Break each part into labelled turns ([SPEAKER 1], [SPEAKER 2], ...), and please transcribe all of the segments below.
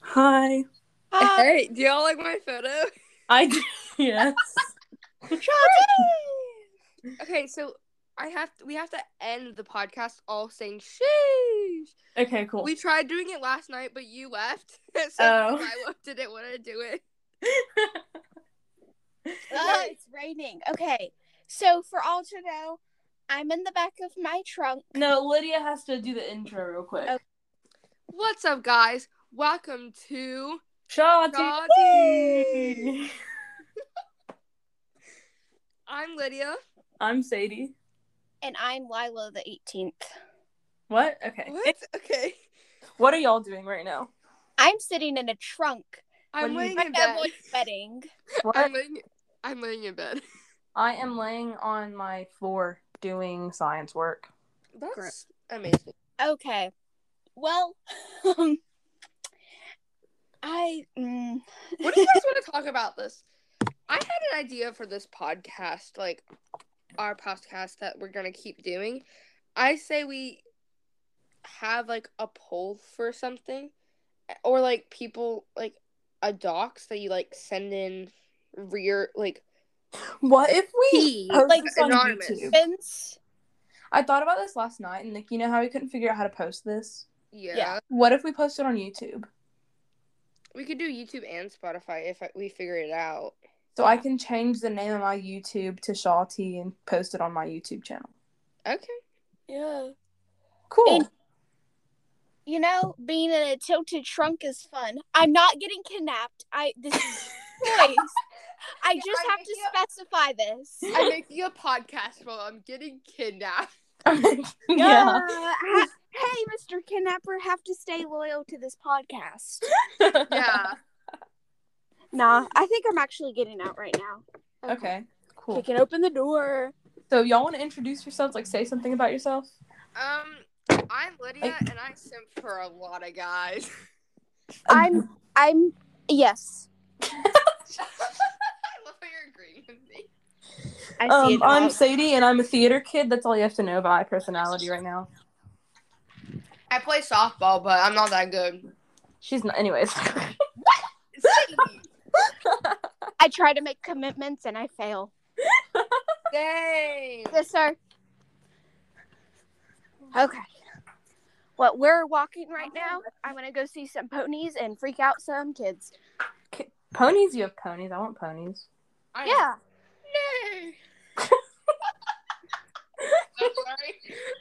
[SPEAKER 1] Hi.
[SPEAKER 2] Hi.
[SPEAKER 3] Hey, do y'all like my photo?
[SPEAKER 1] I do. Yes.
[SPEAKER 3] okay, so I have we have to end the podcast all saying sheesh.
[SPEAKER 1] Okay, cool.
[SPEAKER 3] We tried doing it last night, but you left, so
[SPEAKER 1] Oh.
[SPEAKER 3] I didn't want to do it.
[SPEAKER 2] Ah, it's raining. Okay. So for all to know, I'm in the back of my trunk.
[SPEAKER 1] no, Lydia has to do the intro real quick.
[SPEAKER 3] Oh,
[SPEAKER 2] Okay.
[SPEAKER 3] What's up, guys? Welcome to
[SPEAKER 1] Shawty.
[SPEAKER 3] Shawty. I'm Lydia.
[SPEAKER 1] I'm Sadie.
[SPEAKER 2] And I'm Lila the 18th.
[SPEAKER 1] What? Okay.
[SPEAKER 3] What? Okay.
[SPEAKER 1] What are y'all doing right now?
[SPEAKER 2] I'm sitting in a trunk.
[SPEAKER 3] I'm
[SPEAKER 1] What do you-
[SPEAKER 3] laying
[SPEAKER 2] My
[SPEAKER 3] in bed.
[SPEAKER 2] family's wedding.
[SPEAKER 1] What?
[SPEAKER 3] I'm laying, I'm laying in bed.
[SPEAKER 1] I am laying on my floor doing science work.
[SPEAKER 3] That's amazing.
[SPEAKER 2] Okay. Well, um, I. Mm,
[SPEAKER 3] What do you guys want to talk about this? I had an idea for this podcast, like our podcast that we're gonna keep doing. I say we have like a poll for something, or like people like a docs that you like send in rear like
[SPEAKER 1] What if
[SPEAKER 3] He,
[SPEAKER 1] post
[SPEAKER 2] like,
[SPEAKER 1] this on
[SPEAKER 3] anonymous.
[SPEAKER 1] YouTube?
[SPEAKER 2] since
[SPEAKER 1] I thought about this last night, and like, you know how we couldn't figure out how to post this.
[SPEAKER 3] yeah.
[SPEAKER 2] Yeah.
[SPEAKER 1] What if we post it on YouTube?
[SPEAKER 3] We could do YouTube and Spotify if I, we figure it out.
[SPEAKER 1] So I can change the name of my YouTube to Shaw T and post it on my YouTube channel.
[SPEAKER 3] Okay.
[SPEAKER 2] yeah,
[SPEAKER 1] Cool.
[SPEAKER 2] And- you know, being in a tilted trunk is fun. I'm not getting kidnapped. I this is choice. I
[SPEAKER 3] Yeah,
[SPEAKER 2] just
[SPEAKER 3] I
[SPEAKER 2] have
[SPEAKER 3] make
[SPEAKER 2] to
[SPEAKER 3] you-
[SPEAKER 2] specify this.
[SPEAKER 3] I'm making a podcast while I'm getting kidnapped.
[SPEAKER 1] yeah.
[SPEAKER 2] Uh, ha- hey, Mr. Kidnapper, have to stay loyal to this podcast.
[SPEAKER 3] Yeah.
[SPEAKER 2] Nah, I think I'm actually getting out right now.
[SPEAKER 1] Okay. Cool.
[SPEAKER 2] Kicking open the door.
[SPEAKER 1] So y'all want to introduce yourselves? Like, say something about yourself.
[SPEAKER 3] Um, I'm Lydia,
[SPEAKER 1] Like-
[SPEAKER 3] and I simp for a lot of guys.
[SPEAKER 1] Um,
[SPEAKER 2] I'm, I'm, yes.
[SPEAKER 3] I love how you're agreeing with me.
[SPEAKER 2] I see
[SPEAKER 1] Um,
[SPEAKER 2] it
[SPEAKER 1] I'm
[SPEAKER 2] all.
[SPEAKER 1] Sadie, and I'm a theater kid. That's all you have to know about my personality right now.
[SPEAKER 3] I play softball, but I'm not that good.
[SPEAKER 1] She's not. Anyways.
[SPEAKER 2] I try to make commitments and I fail.
[SPEAKER 3] Dang.
[SPEAKER 2] Yes, sir. Okay. Well, we're walking right now. I'm gonna go see some ponies and freak out some kids.
[SPEAKER 1] ponies. You have ponies. I want ponies.
[SPEAKER 3] I am-
[SPEAKER 2] Yeah.
[SPEAKER 3] Nay. I'm sorry.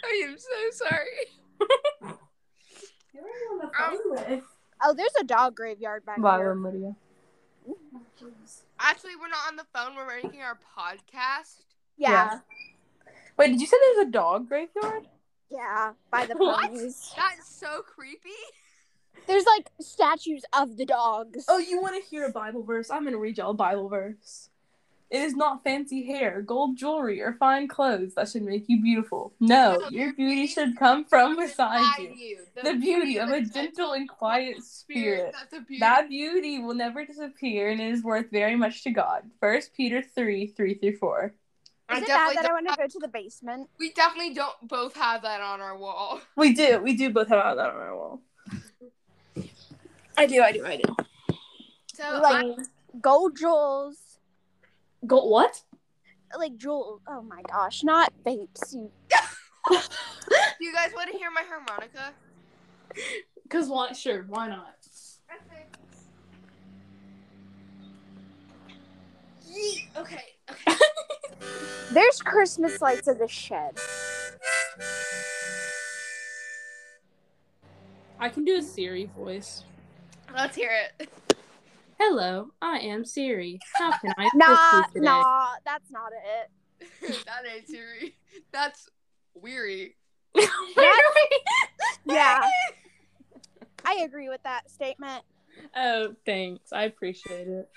[SPEAKER 3] I am so sorry.
[SPEAKER 2] Oh, there's a dog graveyard back
[SPEAKER 1] Viola
[SPEAKER 2] here.
[SPEAKER 1] Lydia.
[SPEAKER 3] Actually, we're not on the phone. We're making our podcast.
[SPEAKER 2] Yeah.
[SPEAKER 1] Wait, did you say there's a dog graveyard?
[SPEAKER 2] Yeah. by the
[SPEAKER 1] What?
[SPEAKER 2] ponies.
[SPEAKER 3] That's so creepy.
[SPEAKER 2] There's like statues of the dogs.
[SPEAKER 1] Oh, you want to hear a Bible verse? I'm going to read y'all a Bible verse. It is not fancy hair, gold jewelry, or fine clothes that should make you beautiful. No, your beauty should come from beside you. The beauty of a gentle and quiet spirit.
[SPEAKER 3] That's a beauty.
[SPEAKER 1] That beauty will never disappear and it is worth very much to God. First Peter 3 3 through 4.
[SPEAKER 2] Is
[SPEAKER 3] I
[SPEAKER 2] it bad
[SPEAKER 3] definitely
[SPEAKER 2] that I
[SPEAKER 3] don't
[SPEAKER 2] want to
[SPEAKER 3] have-
[SPEAKER 2] go to the basement?
[SPEAKER 3] We definitely don't both have that on our wall.
[SPEAKER 1] We do, we do both have that on our wall.
[SPEAKER 3] I do, I do, I do. So
[SPEAKER 2] Like gold jewels,
[SPEAKER 1] Gold, what?
[SPEAKER 2] like jewel. Oh my gosh, not vapes. You
[SPEAKER 3] I- uh, do you guys want to hear my harmonica?
[SPEAKER 1] Because, why, sure, why not?
[SPEAKER 3] Yeet. Okay. okay.
[SPEAKER 2] There's Christmas lights in the shed.
[SPEAKER 1] I can do a Siri voice.
[SPEAKER 3] Let's hear it.
[SPEAKER 1] Hello, I am Siri. How can I
[SPEAKER 2] Nah, nah, that's not it.
[SPEAKER 3] that ain't Siri. That's weary.
[SPEAKER 2] Yeah. I agree with that statement.
[SPEAKER 1] Oh, thanks. I appreciate it.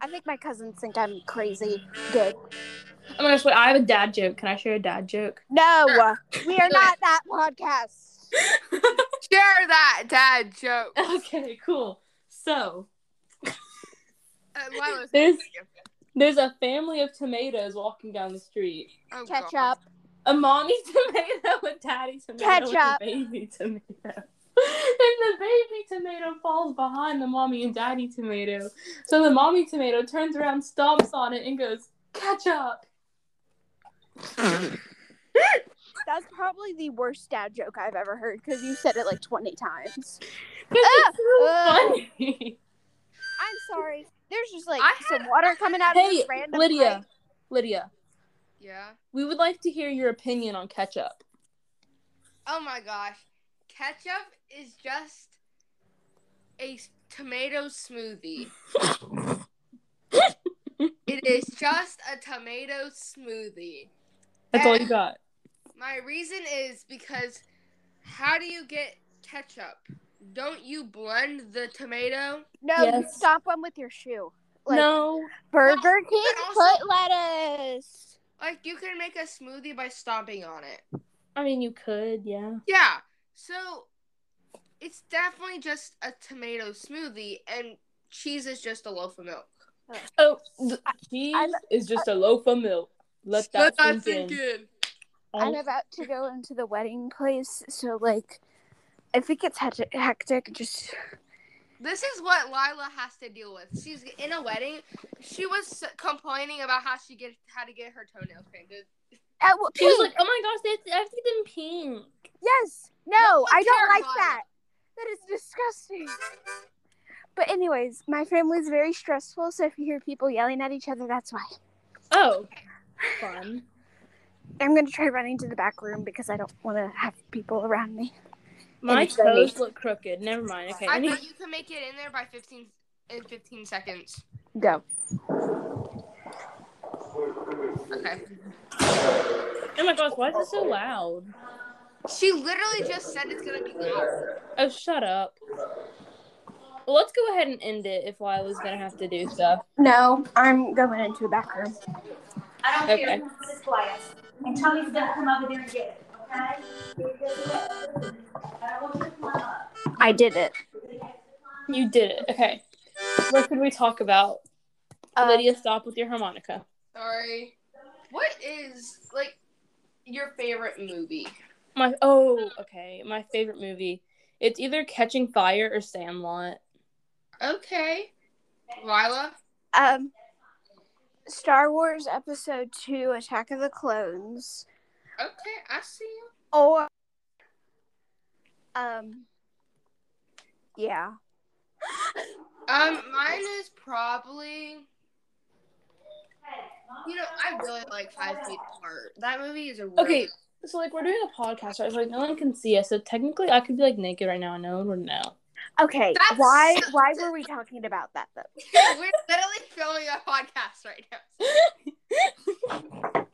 [SPEAKER 2] I think my cousins think I'm crazy. Good.
[SPEAKER 1] Oh my gosh, wait, I have a dad joke. Can I share a dad joke?
[SPEAKER 2] No,
[SPEAKER 3] Sure.
[SPEAKER 2] we are not that podcast.
[SPEAKER 3] Share that dad joke. Uh,
[SPEAKER 1] Okay, cool. So
[SPEAKER 3] Uh, Lila's-
[SPEAKER 1] There's- there's a family of tomatoes walking down the street.
[SPEAKER 3] Oh, God.
[SPEAKER 2] Ketchup.
[SPEAKER 1] A mommy tomato, a daddy tomato, and
[SPEAKER 2] Ketchup.
[SPEAKER 1] a baby tomato. and the baby tomato falls behind the mommy and daddy tomato. So the mommy tomato turns around, stomps on it, and goes, Catch up!
[SPEAKER 2] That's probably the worst dad joke I've ever heard because you said it like 20 times.
[SPEAKER 1] 'Cause it's so
[SPEAKER 2] Ah, uh.
[SPEAKER 1] funny.
[SPEAKER 2] I'm sorry. There's just like
[SPEAKER 3] I had-
[SPEAKER 2] some water coming out of
[SPEAKER 1] Hey,
[SPEAKER 2] this random
[SPEAKER 1] Lydia,
[SPEAKER 2] pipe.
[SPEAKER 1] Lydia,
[SPEAKER 3] Yeah.
[SPEAKER 1] we would like to hear your opinion on ketchup.
[SPEAKER 3] Oh my gosh. Ketchup is just a s- tomato smoothie. it is just a tomato smoothie.
[SPEAKER 1] That's all you got.
[SPEAKER 3] My reason is because how do you get ketchup? Don't you blend the tomato?
[SPEAKER 2] No, you
[SPEAKER 1] Yes.
[SPEAKER 2] stop one with your shoe. Like
[SPEAKER 1] no,
[SPEAKER 2] Burger King
[SPEAKER 3] but also-
[SPEAKER 2] put lettuce.
[SPEAKER 3] Like you can make a smoothie by stomping on it.
[SPEAKER 1] I mean you could, yeah.
[SPEAKER 3] Yeah. So it's definitely just a tomato smoothie and cheese is just a loaf of milk.
[SPEAKER 1] Oh, th- cheese
[SPEAKER 2] I'm-
[SPEAKER 1] is just a loaf of milk. Let that sink in.
[SPEAKER 2] I'm about to go into the wedding place, so like, if it gets hectic, hectic just
[SPEAKER 3] This is what Lila has to deal with. She's in a wedding. She was complaining about how she get how to get her toenails painted.
[SPEAKER 2] uh, well,
[SPEAKER 1] She was
[SPEAKER 2] pink.
[SPEAKER 1] like, "Oh my gosh, they have to, I have to get them pink."
[SPEAKER 2] yes, no,
[SPEAKER 3] That's
[SPEAKER 2] I don't like
[SPEAKER 3] terrifying.
[SPEAKER 2] that. That is disgusting. But anyways, my family is very stressful, so if you hear people yelling at each other, that's why.
[SPEAKER 1] Oh, fun.
[SPEAKER 2] I'm gonna try running to the back room because I don't want to have people around me.
[SPEAKER 1] My
[SPEAKER 2] it's gonna be-
[SPEAKER 1] toes look crooked. Never mind. Okay, I
[SPEAKER 3] I
[SPEAKER 1] need-
[SPEAKER 3] bet you can make it in there by fifteen in fifteen seconds.
[SPEAKER 2] Go.
[SPEAKER 3] Okay.
[SPEAKER 1] oh my gosh, why is it so loud?
[SPEAKER 3] She literally just said it's gonna be loud.
[SPEAKER 1] Oh, shut up. Well, let's go ahead and end it if Lila's gonna have to do stuff.
[SPEAKER 2] No, I'm going into the back room.
[SPEAKER 4] I don't
[SPEAKER 1] Okay.
[SPEAKER 4] care who this is quiet. And Tony's gonna come over there and get it, okay? I don't want you to climb up.
[SPEAKER 2] I did it.
[SPEAKER 1] You did it. Okay. What could we talk about?
[SPEAKER 2] Um,
[SPEAKER 1] Lydia, stop with your harmonica.
[SPEAKER 3] Sorry. What is like your favorite movie?
[SPEAKER 1] My oh, okay. My favorite movie. It's either Catching Fire or Sandlot.
[SPEAKER 3] Okay. Lila?
[SPEAKER 2] Um, Star Wars Episode Two: Attack of the Clones,
[SPEAKER 3] Okay, I see you.
[SPEAKER 2] or um, yeah,
[SPEAKER 3] Um, mine is probably. You know, I really like Five Feet Apart. That movie is a really
[SPEAKER 1] Okay, So like we're doing a podcast, right? So like no one can see us. So technically, I could be like naked right now, and no one would know.
[SPEAKER 2] okay.
[SPEAKER 3] That's-
[SPEAKER 2] why? Why were we talking about that though?
[SPEAKER 3] We're literally filming a podcast right now.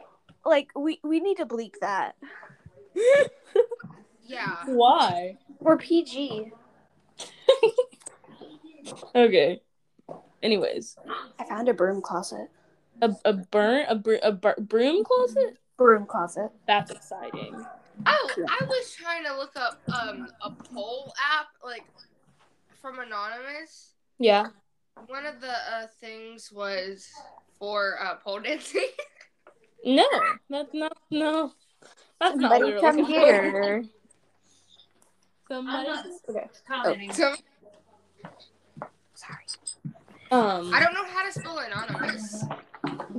[SPEAKER 2] Like, we we need to bleep that.
[SPEAKER 3] Yeah.
[SPEAKER 1] Why?
[SPEAKER 2] We're PG.
[SPEAKER 1] Okay. Anyways,
[SPEAKER 2] I found a broom closet.
[SPEAKER 1] a a burn a br- a br- broom closet.
[SPEAKER 2] Broom closet.
[SPEAKER 1] That's exciting.
[SPEAKER 3] Oh, I was trying to look up um a poll app like from anonymous.
[SPEAKER 1] Yeah.
[SPEAKER 3] One of the uh, things was for uh, pole dancing.
[SPEAKER 1] No, that's not no. That's not. what we
[SPEAKER 2] Somebody
[SPEAKER 1] were
[SPEAKER 2] come
[SPEAKER 1] looking for.
[SPEAKER 2] here.
[SPEAKER 1] Somebody. Okay.
[SPEAKER 4] Commenting.
[SPEAKER 3] so
[SPEAKER 2] Sorry.
[SPEAKER 1] Um.
[SPEAKER 3] I don't know how to spell anonymous.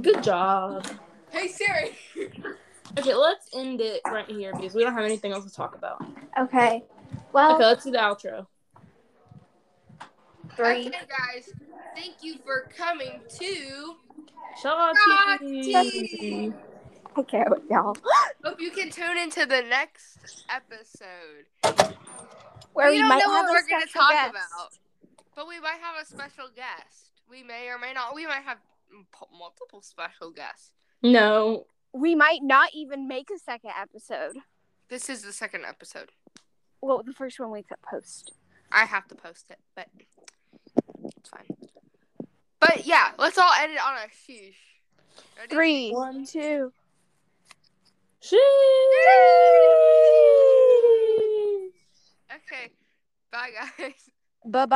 [SPEAKER 1] Good job.
[SPEAKER 3] Hey Siri.
[SPEAKER 1] Okay, let's end it right here because we don't have anything else to talk about.
[SPEAKER 2] Okay. Well,
[SPEAKER 1] Okay, let's do the outro.
[SPEAKER 2] three.
[SPEAKER 3] Okay, guys. Thank you for coming to.
[SPEAKER 1] Shot
[SPEAKER 3] Shotty.
[SPEAKER 2] Okay, y'all.
[SPEAKER 3] Hope you can tune into the next episode.
[SPEAKER 2] Where
[SPEAKER 3] we,
[SPEAKER 2] we
[SPEAKER 3] don't
[SPEAKER 2] might
[SPEAKER 3] know
[SPEAKER 2] have
[SPEAKER 3] what
[SPEAKER 2] a
[SPEAKER 3] we're going to
[SPEAKER 2] special
[SPEAKER 3] talk
[SPEAKER 2] guest.
[SPEAKER 3] about, but we might have a special guest. We may or may not. We might have m- p- multiple special guests.
[SPEAKER 1] No,
[SPEAKER 2] We might not even make a second episode.
[SPEAKER 3] This is the second episode.
[SPEAKER 2] Well, the first one we could post.
[SPEAKER 3] I have to post it, but it's fine. But yeah, let's all end it on a sheesh. Ready?
[SPEAKER 2] Three,
[SPEAKER 1] One.
[SPEAKER 2] two.
[SPEAKER 1] Sheesh.
[SPEAKER 3] Okay. Bye, guys.
[SPEAKER 2] Bye bye.